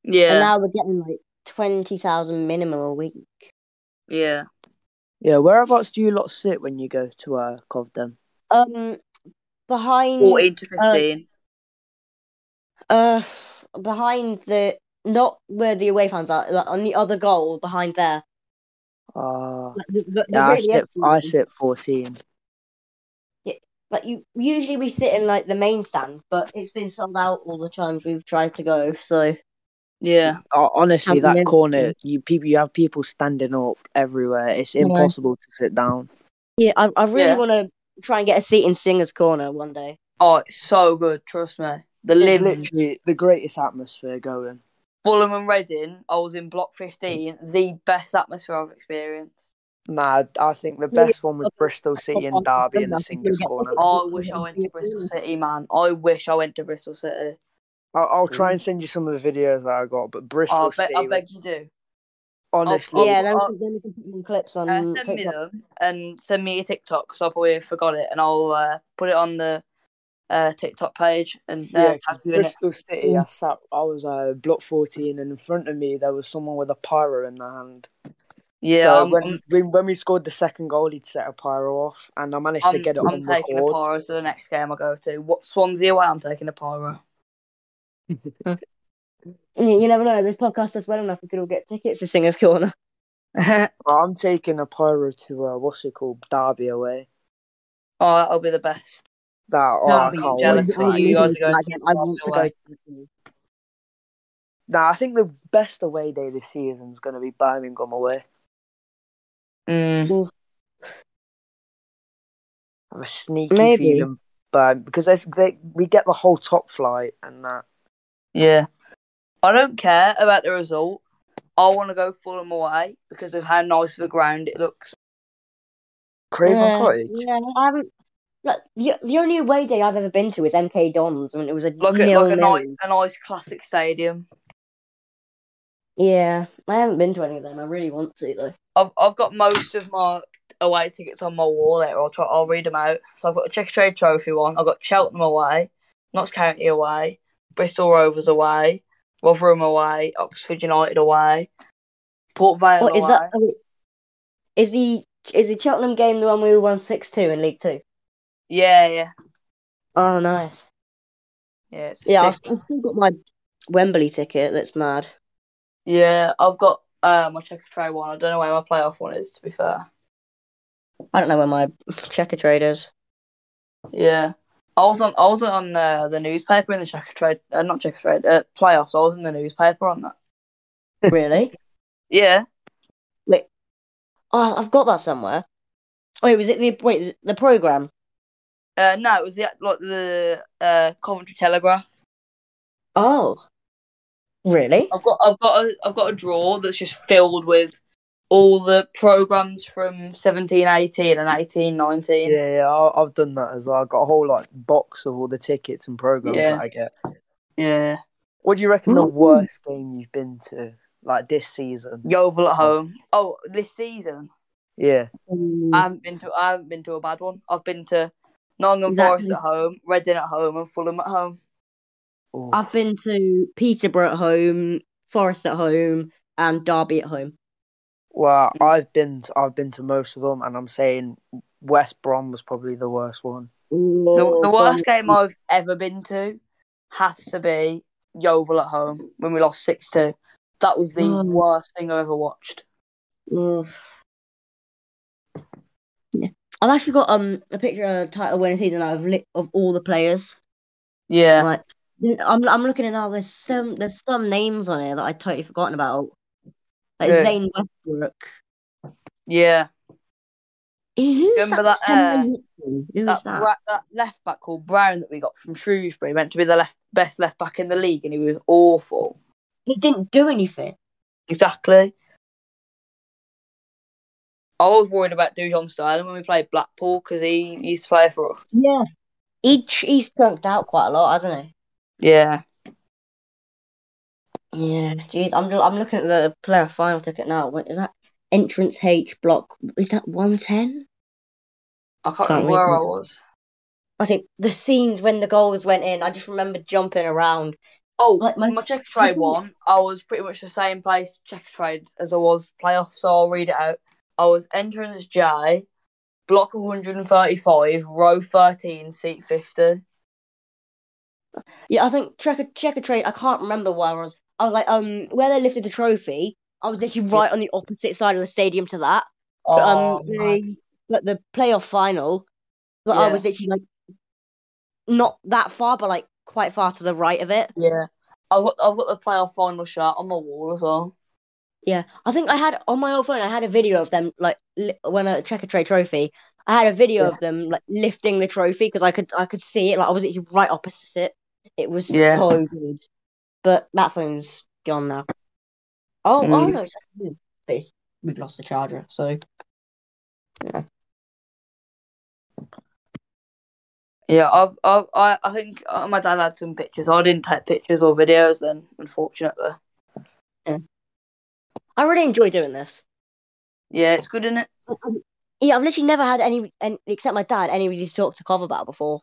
[SPEAKER 2] and
[SPEAKER 1] yeah,
[SPEAKER 2] now we're getting like twenty thousand minimum a week.
[SPEAKER 1] yeah.
[SPEAKER 3] Yeah, whereabouts do you lot sit when you go to uh, Covden?
[SPEAKER 2] Um, behind
[SPEAKER 1] Fourteen to fifteen.
[SPEAKER 2] uh behind the not where the away fans are, like on the other goal behind there.
[SPEAKER 3] Uh,
[SPEAKER 2] Like, the- the- the
[SPEAKER 3] yeah, I
[SPEAKER 2] really
[SPEAKER 3] sit,
[SPEAKER 2] empty
[SPEAKER 3] I
[SPEAKER 2] one.
[SPEAKER 3] sit fourteen.
[SPEAKER 2] Like you usually we sit in like the main stand, but it's been sold out all the times we've tried to go. So
[SPEAKER 1] yeah,
[SPEAKER 3] Uh, honestly,
[SPEAKER 2] Have
[SPEAKER 3] that
[SPEAKER 2] you-
[SPEAKER 3] corner, you people, you have people standing up everywhere. It's
[SPEAKER 2] Yeah.
[SPEAKER 3] impossible to sit down.
[SPEAKER 2] yeah, I, I really
[SPEAKER 1] Yeah.
[SPEAKER 2] want to try and get a seat in Singer's Corner one day.
[SPEAKER 1] oh, it's so good. Trust me. The
[SPEAKER 3] It's
[SPEAKER 1] Lim,
[SPEAKER 3] literally the greatest atmosphere going.
[SPEAKER 1] Fulham, and Reading. I was in Block Fifteen. The best atmosphere I've experienced.
[SPEAKER 3] Nah, I think the
[SPEAKER 2] Yeah.
[SPEAKER 3] best one was Bristol City and Derby in the singers corner.
[SPEAKER 1] I wish I went to Bristol City, man. I wish I went to Bristol City.
[SPEAKER 3] I'll, I'll try and send you some of the videos that I got, but Bristol
[SPEAKER 1] Oh, I,
[SPEAKER 3] City,
[SPEAKER 1] beg, I
[SPEAKER 3] was-
[SPEAKER 1] beg you do.
[SPEAKER 3] honestly,
[SPEAKER 1] I'll-
[SPEAKER 2] yeah, then,
[SPEAKER 1] I'll-
[SPEAKER 2] then we can put some clips on
[SPEAKER 1] Uh, send me
[SPEAKER 2] TikTok.
[SPEAKER 1] them and send me a TikTok because I probably forgot it, and I'll uh, put it on the uh, TikTok page and uh,
[SPEAKER 3] Yeah, 'cause
[SPEAKER 1] tag you in it.
[SPEAKER 3] Bristol City. I sat. I was uh, block fourteen, and in front of me there was someone with a pyro in their hand.
[SPEAKER 1] Yeah,
[SPEAKER 3] so
[SPEAKER 1] I'm,
[SPEAKER 3] when,
[SPEAKER 1] I'm,
[SPEAKER 3] when when we scored the second goal, he'd set a pyro off, and I managed to
[SPEAKER 1] I'm,
[SPEAKER 3] get it
[SPEAKER 1] I'm
[SPEAKER 3] on
[SPEAKER 1] taking a
[SPEAKER 3] record.
[SPEAKER 1] pyro to the next game I go to. What Swansea away? I'm taking a pyro. [laughs]
[SPEAKER 2] You, you never know. This podcast does well enough. We could all get tickets to Singers [laughs] Corner.
[SPEAKER 3] I'm taking a pyro to uh, what's it called, Derby away.
[SPEAKER 1] Oh, that'll be the best.
[SPEAKER 3] That oh, I
[SPEAKER 1] Derby,
[SPEAKER 3] can't
[SPEAKER 1] jealous
[SPEAKER 2] [laughs]
[SPEAKER 3] wait.
[SPEAKER 1] of that. You guys are going to
[SPEAKER 2] I want to go
[SPEAKER 1] away.
[SPEAKER 2] to the-
[SPEAKER 3] Nah, I think the best away day this season is going to be Birmingham away.
[SPEAKER 1] Mm.
[SPEAKER 3] I have a sneaky
[SPEAKER 2] Maybe.
[SPEAKER 3] feeling, but because there's- they, we get the whole top flight and that.
[SPEAKER 1] Yeah, I don't care about the result. I want to go Fulham away because of how nice of a ground it looks.
[SPEAKER 3] Craven
[SPEAKER 2] Yeah,
[SPEAKER 3] Cottage.
[SPEAKER 2] Yeah, I haven't. Look, the, the only away day I've ever been to is MK Dons, and it was a
[SPEAKER 1] Like a,
[SPEAKER 2] nil
[SPEAKER 1] like a
[SPEAKER 2] nil.
[SPEAKER 1] nice, a nice classic stadium.
[SPEAKER 2] Yeah, I haven't been to any of them. I really want to though.
[SPEAKER 1] I've I've got most of my away tickets on my wall later. I'll try. I'll read them out. So I've got a Checker Trade Trophy one. I've got Cheltenham away, Notts County away, Bristol Rovers away, Rotherham away, Oxford United away, Port Vale
[SPEAKER 2] What
[SPEAKER 1] away.
[SPEAKER 2] is that? Is the is the Cheltenham game the one we won six two in League Two?
[SPEAKER 1] Yeah, yeah,
[SPEAKER 2] Oh, nice.
[SPEAKER 1] yeah. It's
[SPEAKER 2] Yeah, I've,
[SPEAKER 1] sick.
[SPEAKER 2] I've still got my Wembley ticket. That's mad.
[SPEAKER 1] yeah. I've got uh my Checker Trade one. I don't know where my playoff one is. To be fair,
[SPEAKER 2] I don't know where my [laughs] checker trade is.
[SPEAKER 1] yeah. I was on I was on uh, the newspaper in the Checker Trade, uh, not Checker Trade, uh, playoffs. I was in the newspaper on that.
[SPEAKER 2] Really?
[SPEAKER 1] Yeah,
[SPEAKER 2] [laughs] oh, I've got that somewhere. Wait, was it the wait is it the program?
[SPEAKER 1] uh, no, it was the like the uh, Coventry Telegraph.
[SPEAKER 2] Oh, really?
[SPEAKER 1] I've got I've got a I've got a drawer that's just filled with all the programs from 17, 18 and 18, 19.
[SPEAKER 3] Yeah, yeah, I, I've done that as well. I've got a whole like box of all the tickets and programs
[SPEAKER 1] Yeah.
[SPEAKER 3] that I get.
[SPEAKER 1] Yeah.
[SPEAKER 3] What do you reckon the
[SPEAKER 2] Ooh.
[SPEAKER 3] worst game you've been to, like this season?
[SPEAKER 1] Yeovil at home. Oh, this season
[SPEAKER 3] Yeah,
[SPEAKER 1] I
[SPEAKER 2] Um,
[SPEAKER 1] haven't been to I haven't been to a bad one. I've been to Nottingham
[SPEAKER 2] That-
[SPEAKER 1] Forest at home, Reading at home, and Fulham at home.
[SPEAKER 3] Ooh.
[SPEAKER 2] I've been to Peterborough at home, Forest at home, and Derby at home.
[SPEAKER 3] well,
[SPEAKER 1] Mm.
[SPEAKER 3] I've been to, I've been to most of them, and I'm saying West Brom was probably the worst one.
[SPEAKER 2] Oh,
[SPEAKER 1] The, the worst game I've ever been to has to be Yeovil at home when we lost six two. That was the
[SPEAKER 2] Oh.
[SPEAKER 1] worst thing I've ever watched.
[SPEAKER 2] Yeah. I've actually got um a picture of title winning season out of li- of all the players.
[SPEAKER 1] Yeah.
[SPEAKER 2] Like I'm I'm looking at now. There's some there's some names on here that I totally forgotten about. Like
[SPEAKER 1] Yeah.
[SPEAKER 2] Zane Westbrook.
[SPEAKER 1] Yeah.
[SPEAKER 2] Who's
[SPEAKER 1] Remember
[SPEAKER 2] that?
[SPEAKER 1] that, uh,
[SPEAKER 2] Who
[SPEAKER 1] that,
[SPEAKER 2] is that?
[SPEAKER 1] Bra- that left back called Brown that we got from Shrewsbury meant to be the left best left back in the league, and he was awful.
[SPEAKER 2] He didn't do anything.
[SPEAKER 1] Exactly. I was worried about Dujon Sterling when we played Blackpool because he used to play for us.
[SPEAKER 2] Yeah. He, ch- he's chunked out quite a lot, hasn't he?
[SPEAKER 1] Yeah,
[SPEAKER 2] Yeah, geez, I'm I'm looking at the player final ticket now. What is that? Entrance H block. Is that 110?
[SPEAKER 1] I can't,
[SPEAKER 2] Can't
[SPEAKER 1] remember where I
[SPEAKER 2] remember.
[SPEAKER 1] was.
[SPEAKER 2] I say the scenes when the goals went in. I just remember jumping around.
[SPEAKER 1] Oh,
[SPEAKER 2] Like,
[SPEAKER 1] my,
[SPEAKER 2] my-
[SPEAKER 1] checker trade one. I was pretty much the same place checker trade as I was playoff, so I'll read it out. I was entrance J, block 135, row 13, seat 50.
[SPEAKER 2] Yeah, I think check a check a trade. I can't remember where I was. I was like, um, where they lifted the trophy. I was literally right on the opposite side of the stadium to that. But,
[SPEAKER 1] Oh,
[SPEAKER 2] um,
[SPEAKER 1] man.
[SPEAKER 2] the, but the playoff final, like, I
[SPEAKER 1] Yeah.
[SPEAKER 2] was literally like not that far, but like quite far to the right of it.
[SPEAKER 1] Yeah. I've got, I've got the playoff final shirt on my wall as well.
[SPEAKER 2] Yeah, I think I had on my old phone. I had a video of them like li- when I check a trade trophy. I had a video
[SPEAKER 1] Yeah.
[SPEAKER 2] of them like lifting the trophy because I could I could see it. Like I was literally right opposite it. It was
[SPEAKER 1] Yeah.
[SPEAKER 2] so good, but that phone's gone now. Oh, oh
[SPEAKER 1] Mm.
[SPEAKER 2] no, it's actually good, but it's, we've lost the charger. So
[SPEAKER 1] Yeah, I've, I've, I, I think uh, my dad had some pictures. I didn't take pictures or videos then, unfortunately.
[SPEAKER 2] I really enjoy doing this.
[SPEAKER 1] Yeah, it's good, isn't it?
[SPEAKER 2] Yeah, I've literally never had any, and except my dad, anybody to talk to Cov about before.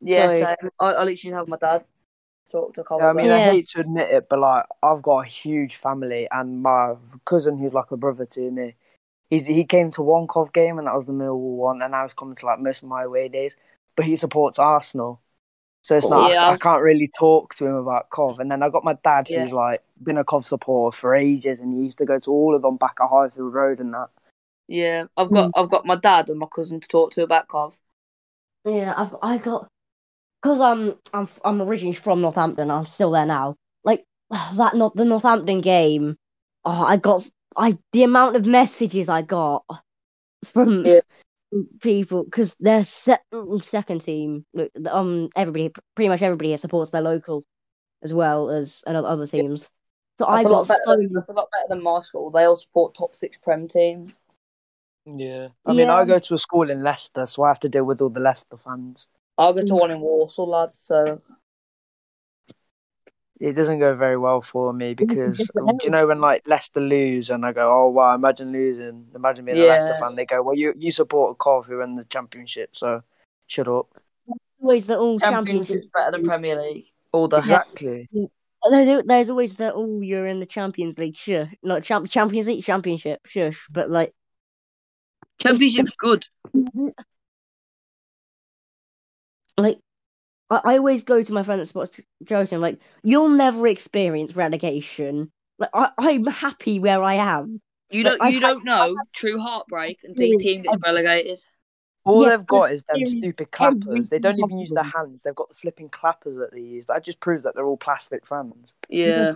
[SPEAKER 1] Yeah,
[SPEAKER 2] So-
[SPEAKER 1] same. I, I literally have my dad talk to Colin.
[SPEAKER 3] Yeah, I mean,
[SPEAKER 2] Yeah.
[SPEAKER 3] I hate to admit it, but like, I've got a huge family, and my cousin, who's like a brother to me, he's, he came to one Cov game, and that was the Millwall one, and I was coming to like most of my away days, but he supports Arsenal. So it's not,
[SPEAKER 1] Yeah.
[SPEAKER 3] I, I can't really talk to him about Cov. And then I got my dad, who's
[SPEAKER 1] Yeah.
[SPEAKER 3] like been a Cov supporter for ages, and he used to go to all of them back at Highfield Road and that.
[SPEAKER 1] yeah, I've got
[SPEAKER 2] Hmm.
[SPEAKER 1] I've got my dad and my cousin to talk to about Cov.
[SPEAKER 2] Yeah, I've I got because I'm I'm I'm originally from Northampton. I'm still there now. Like [sighs] that not the Northampton game. Oh, I got I the amount of messages I got from
[SPEAKER 1] Yeah.
[SPEAKER 2] people because their se- second team, like, um, everybody pretty much everybody here supports their local as well as and other- other teams. So I
[SPEAKER 1] That's a
[SPEAKER 2] got
[SPEAKER 1] lot better.
[SPEAKER 2] so
[SPEAKER 1] than- that's a lot better than my school. They all support top six prem teams.
[SPEAKER 3] Yeah. I mean,
[SPEAKER 2] Yeah.
[SPEAKER 3] I go to a school in Leicester, so I have to deal with all the Leicester fans.
[SPEAKER 1] I go to one in Warsaw, lads. So
[SPEAKER 3] It doesn't go very well for me
[SPEAKER 2] is
[SPEAKER 3] because
[SPEAKER 2] different
[SPEAKER 3] um, do you know when like Leicester lose and I go, oh wow, imagine losing, imagine being a Leicester
[SPEAKER 1] Yeah.
[SPEAKER 3] fan. They go, well, you you support Cov who won the championship, so shut up.
[SPEAKER 2] always the all championship.
[SPEAKER 1] championships better than Premier League. All day.
[SPEAKER 3] Exactly.
[SPEAKER 2] Oh, There's, there's always the oh you're in the Champions League, sure, not champ Champions League championship, shush, but like
[SPEAKER 1] Championship's good.
[SPEAKER 2] Mm-hmm. like I, I always go to my friend that spots Chelsea. I'm like, you'll never experience relegation. Like I, I'm happy where I am.
[SPEAKER 1] You
[SPEAKER 2] But
[SPEAKER 1] don't
[SPEAKER 2] I-
[SPEAKER 1] you don't know true heartbreak until your team gets relegated.
[SPEAKER 3] All
[SPEAKER 2] Yeah,
[SPEAKER 3] they've got is them
[SPEAKER 2] every-
[SPEAKER 3] stupid
[SPEAKER 2] every
[SPEAKER 3] clappers. They don't
[SPEAKER 2] single
[SPEAKER 3] even use their
[SPEAKER 2] one.
[SPEAKER 3] hands. They've got the flipping clappers that they use. That just proves that they're all plastic fans.
[SPEAKER 1] Yeah.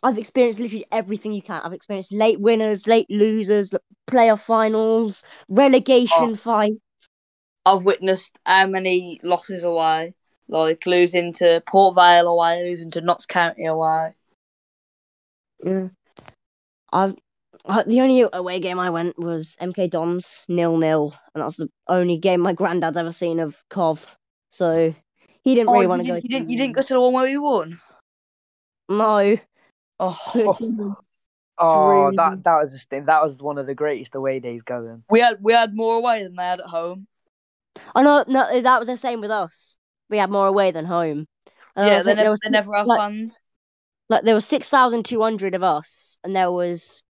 [SPEAKER 2] I've experienced literally everything you can. I've experienced late winners, late losers, l- playoff finals, relegation
[SPEAKER 3] Oh.
[SPEAKER 2] fight.
[SPEAKER 1] I've witnessed how many losses away, like losing to Port Vale away, losing to Notts County away.
[SPEAKER 2] Yeah. I've I, the only away game I went was MK Dons nil nil, and that's the only game my granddad's ever seen of Cov. So he didn't really
[SPEAKER 1] Oh, you,
[SPEAKER 2] want
[SPEAKER 1] didn't,
[SPEAKER 2] to go.
[SPEAKER 1] you didn't you didn't go to the one where we won.
[SPEAKER 2] No.
[SPEAKER 1] [laughs] Oh,
[SPEAKER 2] Oh.
[SPEAKER 3] Oh,
[SPEAKER 2] Dream.
[SPEAKER 3] that that was the thing. That was one of the greatest away days going.
[SPEAKER 1] we had we had more away than they had at home.
[SPEAKER 2] Oh, no, no, that was the same with us. We had more away than home. And Oh, I
[SPEAKER 1] yeah, they,
[SPEAKER 2] think
[SPEAKER 1] nev-
[SPEAKER 2] there was
[SPEAKER 1] they never have
[SPEAKER 2] like-
[SPEAKER 1] fans.
[SPEAKER 2] like there were six thousand two hundred of us, and there was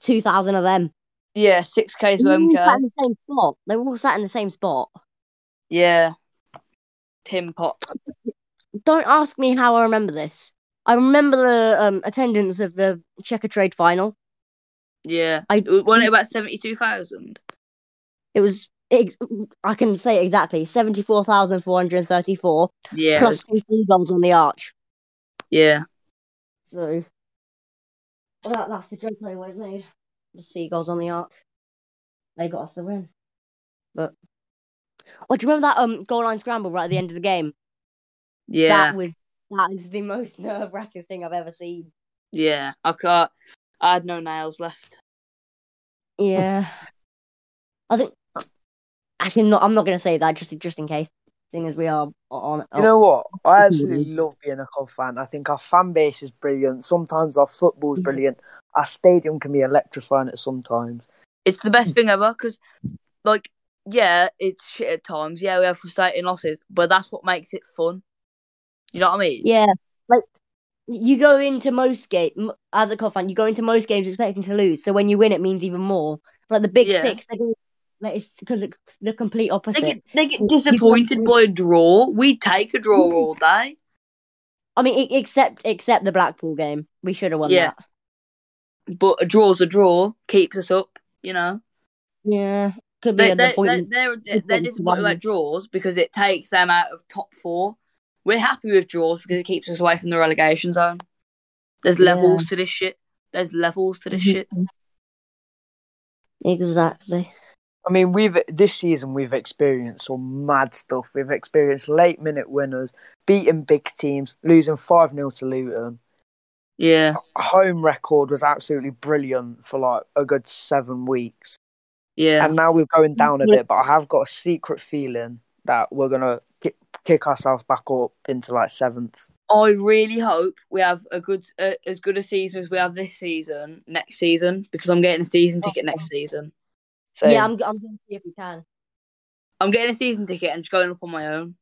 [SPEAKER 2] two thousand of them.
[SPEAKER 1] Yeah, six K to
[SPEAKER 2] They were all sat
[SPEAKER 1] MK.
[SPEAKER 2] in the same spot. They were all sat in the same spot.
[SPEAKER 1] Yeah, Tim Pot.
[SPEAKER 2] Don't ask me how I remember this. I remember the um, attendance of the Checker Trade final.
[SPEAKER 1] Yeah,
[SPEAKER 2] I-
[SPEAKER 1] wasn't it about seventy two thousand?
[SPEAKER 2] It was, ex- I can say it exactly, seventy four thousand four hundred thirty four
[SPEAKER 1] Yeah,
[SPEAKER 2] plus
[SPEAKER 1] it was-
[SPEAKER 2] two field goals on the arch.
[SPEAKER 1] yeah.
[SPEAKER 2] So that, that's the joke I always made. The seagulls on the arch. They got us the win. But oh, do you remember that um goal line scramble right at the end of the game?
[SPEAKER 1] Yeah,
[SPEAKER 2] That was that is the most [laughs] nerve wracking thing I've ever seen.
[SPEAKER 1] yeah. I can't. I had no nails left.
[SPEAKER 2] Yeah. I think actually not I'm not gonna say that just just in case. Seeing as we are on
[SPEAKER 3] You know what? I
[SPEAKER 2] Mhm.
[SPEAKER 3] absolutely love being a Cov fan. I think our fan base is brilliant. Sometimes our football's
[SPEAKER 2] Mhm.
[SPEAKER 3] brilliant. Our stadium can be electrifying at sometimes.
[SPEAKER 1] It's the
[SPEAKER 2] Mm.
[SPEAKER 1] best thing ever because, like, yeah, it's shit at times. Yeah, we have frustrating losses, but that's what makes it fun. You know what I mean?
[SPEAKER 2] Yeah, like you go into most game as a Cov fan, you go into most games expecting to lose. So when you win, it means even more. Like the Big
[SPEAKER 1] Yeah.
[SPEAKER 2] Six, they're going like it's the, the complete
[SPEAKER 1] They
[SPEAKER 2] opposite.
[SPEAKER 1] get, they get disappointed by a draw. We take a draw
[SPEAKER 2] Mm.
[SPEAKER 1] all day.
[SPEAKER 2] I mean, e- except except the Blackpool game, we should have won
[SPEAKER 1] Yeah.
[SPEAKER 2] that.
[SPEAKER 1] But a draw's a draw, keeps us up, you know.
[SPEAKER 2] Yeah, could be
[SPEAKER 1] They, they,
[SPEAKER 2] a
[SPEAKER 1] they,
[SPEAKER 2] disappointment.
[SPEAKER 1] they're,
[SPEAKER 2] It's
[SPEAKER 1] they're
[SPEAKER 2] one to
[SPEAKER 1] disappointed
[SPEAKER 2] one.
[SPEAKER 1] about draws because it takes them out of top four. We're happy with draws because it keeps us away from the relegation zone. There's
[SPEAKER 2] Yeah. Mm-hmm.
[SPEAKER 1] levels to this shit. There's levels to this shit.
[SPEAKER 2] Exactly.
[SPEAKER 3] I mean, we've this season we've experienced some mad stuff. We've experienced late minute winners, beating big teams, losing five 0 to Luton.
[SPEAKER 1] Yeah.
[SPEAKER 3] Home record was absolutely brilliant for like a good seven weeks.
[SPEAKER 1] Yeah.
[SPEAKER 3] And now we're going down a
[SPEAKER 2] Yeah.
[SPEAKER 3] bit, but I have got a secret feeling that we're gonna kick, kick ourselves back up into like seventh.
[SPEAKER 1] I really hope we have a good, uh, as good a season as we have this season next season because I'm getting a season ticket next season.
[SPEAKER 3] So
[SPEAKER 2] Yeah, I'm, I'm going to see if we can.
[SPEAKER 1] I'm getting a season ticket and just going up on my own.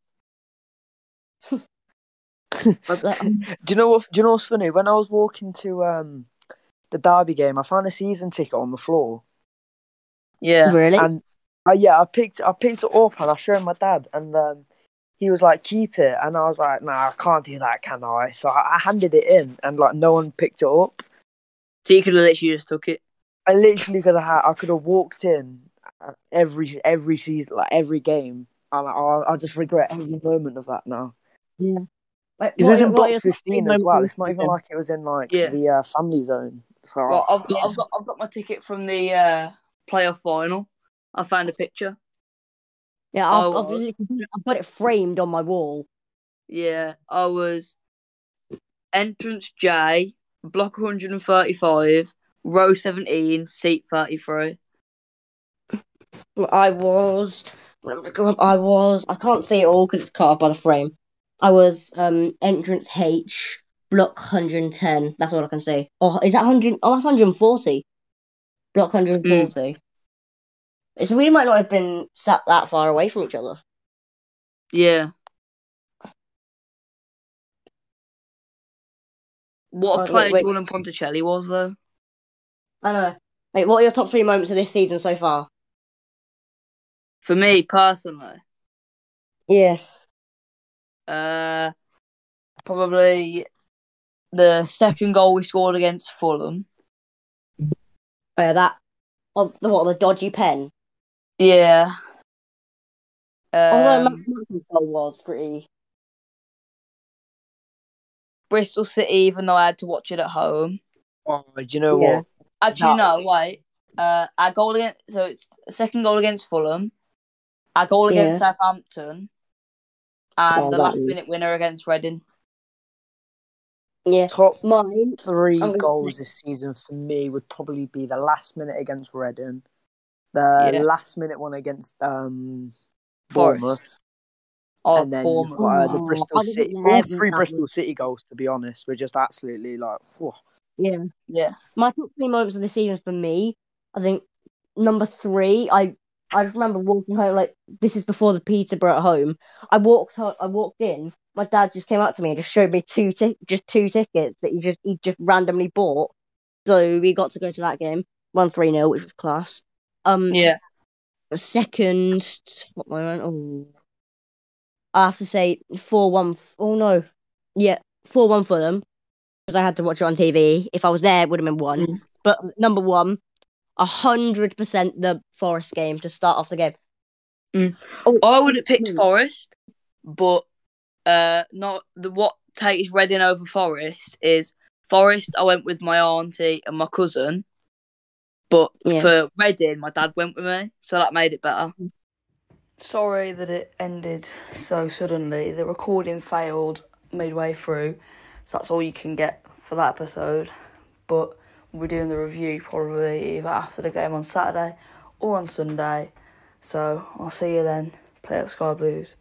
[SPEAKER 2] Like,
[SPEAKER 3] do you know what? Do you know what's funny? When I was walking to um the derby game, I found a season ticket on the floor,
[SPEAKER 1] Yeah.
[SPEAKER 2] Really?
[SPEAKER 3] and I, yeah, I picked I picked it up and I showed my dad, and um, he was like, "Keep it," and I was like, "Nah, I can't do that, can I?" So I, I handed it in, and like no one picked it up.
[SPEAKER 1] So you could have literally just took it.
[SPEAKER 3] I literally could have had, I could have walked in at every every season, like every game, and I, I, I just regret every moment of that now.
[SPEAKER 2] Like, what-
[SPEAKER 3] Because it was in
[SPEAKER 2] what are your
[SPEAKER 3] box
[SPEAKER 2] top
[SPEAKER 3] fifteen
[SPEAKER 2] three
[SPEAKER 3] as well.
[SPEAKER 2] moments
[SPEAKER 3] It's not even
[SPEAKER 2] of-
[SPEAKER 3] like it was in like
[SPEAKER 1] Yeah.
[SPEAKER 3] the uh, family zone. So
[SPEAKER 1] Well, I've,
[SPEAKER 3] yeah.
[SPEAKER 1] I've got I've got my ticket from the uh, playoff final. I found a picture.
[SPEAKER 2] Yeah, I've,
[SPEAKER 1] Oh,
[SPEAKER 2] I've,
[SPEAKER 1] well.
[SPEAKER 2] literally got it- I've got it framed on my wall.
[SPEAKER 1] Yeah, I was entrance J, block 135, row 17, seat 33.
[SPEAKER 2] I was, oh I was, I can't see it all because it's cut off by the frame. I was um entrance H, block 110. That's all I can see. Oh, is that 100? Oh, that's 140. Block 140. So we might not have been sat that far away from each other.
[SPEAKER 1] Yeah. What a
[SPEAKER 2] Oh, wait,
[SPEAKER 1] player
[SPEAKER 2] wait.
[SPEAKER 1] Jordan Ponticelli was, though.
[SPEAKER 2] I know. Wait, what are your top three moments of this season so far?
[SPEAKER 1] For me personally,
[SPEAKER 2] Yeah.
[SPEAKER 1] uh, probably the second goal we scored against Fulham.
[SPEAKER 2] Uh, that. Oh, the what? The dodgy pen.
[SPEAKER 1] Yeah. Um,
[SPEAKER 2] Although Matt Martin's goal was pretty.
[SPEAKER 1] Bristol City, even though I had to watch it at home.
[SPEAKER 3] Oh, do you know
[SPEAKER 2] Yeah.
[SPEAKER 3] what?
[SPEAKER 1] Actually,
[SPEAKER 3] No.
[SPEAKER 1] no, wait. Uh, our goal against so it's second goal against Fulham, our goal against Southampton, and
[SPEAKER 2] Oh,
[SPEAKER 1] the
[SPEAKER 2] that
[SPEAKER 1] last
[SPEAKER 2] is-
[SPEAKER 1] minute winner against Reading.
[SPEAKER 2] Yeah.
[SPEAKER 3] Top
[SPEAKER 2] Mine.
[SPEAKER 3] three
[SPEAKER 2] I'm gonna-
[SPEAKER 3] goals this season for me would probably be the last minute against Reading, the
[SPEAKER 1] Yeah.
[SPEAKER 3] last minute one against um
[SPEAKER 1] Forest.
[SPEAKER 3] Bournemouth,
[SPEAKER 1] Oh,
[SPEAKER 3] and then you've
[SPEAKER 1] Bournemouth.
[SPEAKER 3] got uh, the
[SPEAKER 2] Oh,
[SPEAKER 3] Bristol
[SPEAKER 2] I didn't
[SPEAKER 3] City.
[SPEAKER 2] know
[SPEAKER 3] All
[SPEAKER 2] that
[SPEAKER 3] three
[SPEAKER 2] one.
[SPEAKER 3] Bristol City goals, to be honest, were just absolutely like. whew.
[SPEAKER 2] Yeah.
[SPEAKER 1] Yeah,
[SPEAKER 2] my top three moments of the season for me, I think number three, I I just remember walking home like this is before the Peterborough at home. I walked home, I walked in. My dad just came up to me and just showed me two tic- just two tickets that he just he just randomly bought. So we got to go to that game, one three 0 which was class. Um,
[SPEAKER 1] yeah.
[SPEAKER 2] second, what moment? Oh, I have to say four one. Oh no, yeah, four one for them because I had to watch it on TV. If I was there, it would have been one.
[SPEAKER 1] Mm.
[SPEAKER 2] But um, number one, a hundred percent the Forest game to start off the game.
[SPEAKER 1] Mm.
[SPEAKER 2] Oh,
[SPEAKER 1] I would have picked
[SPEAKER 2] Hmm.
[SPEAKER 1] Forest, but uh, not the what takes Reading over Forest is Forest. I went with my auntie and my cousin, but
[SPEAKER 2] Yeah.
[SPEAKER 1] for Reading, my dad went with me, so that made it better. Sorry that it ended so suddenly. The recording failed midway through, so that's all you can get for that episode. But we'll be doing the review probably either after the game on Saturday or on Sunday. So I'll see you then. Play up Sky Blues.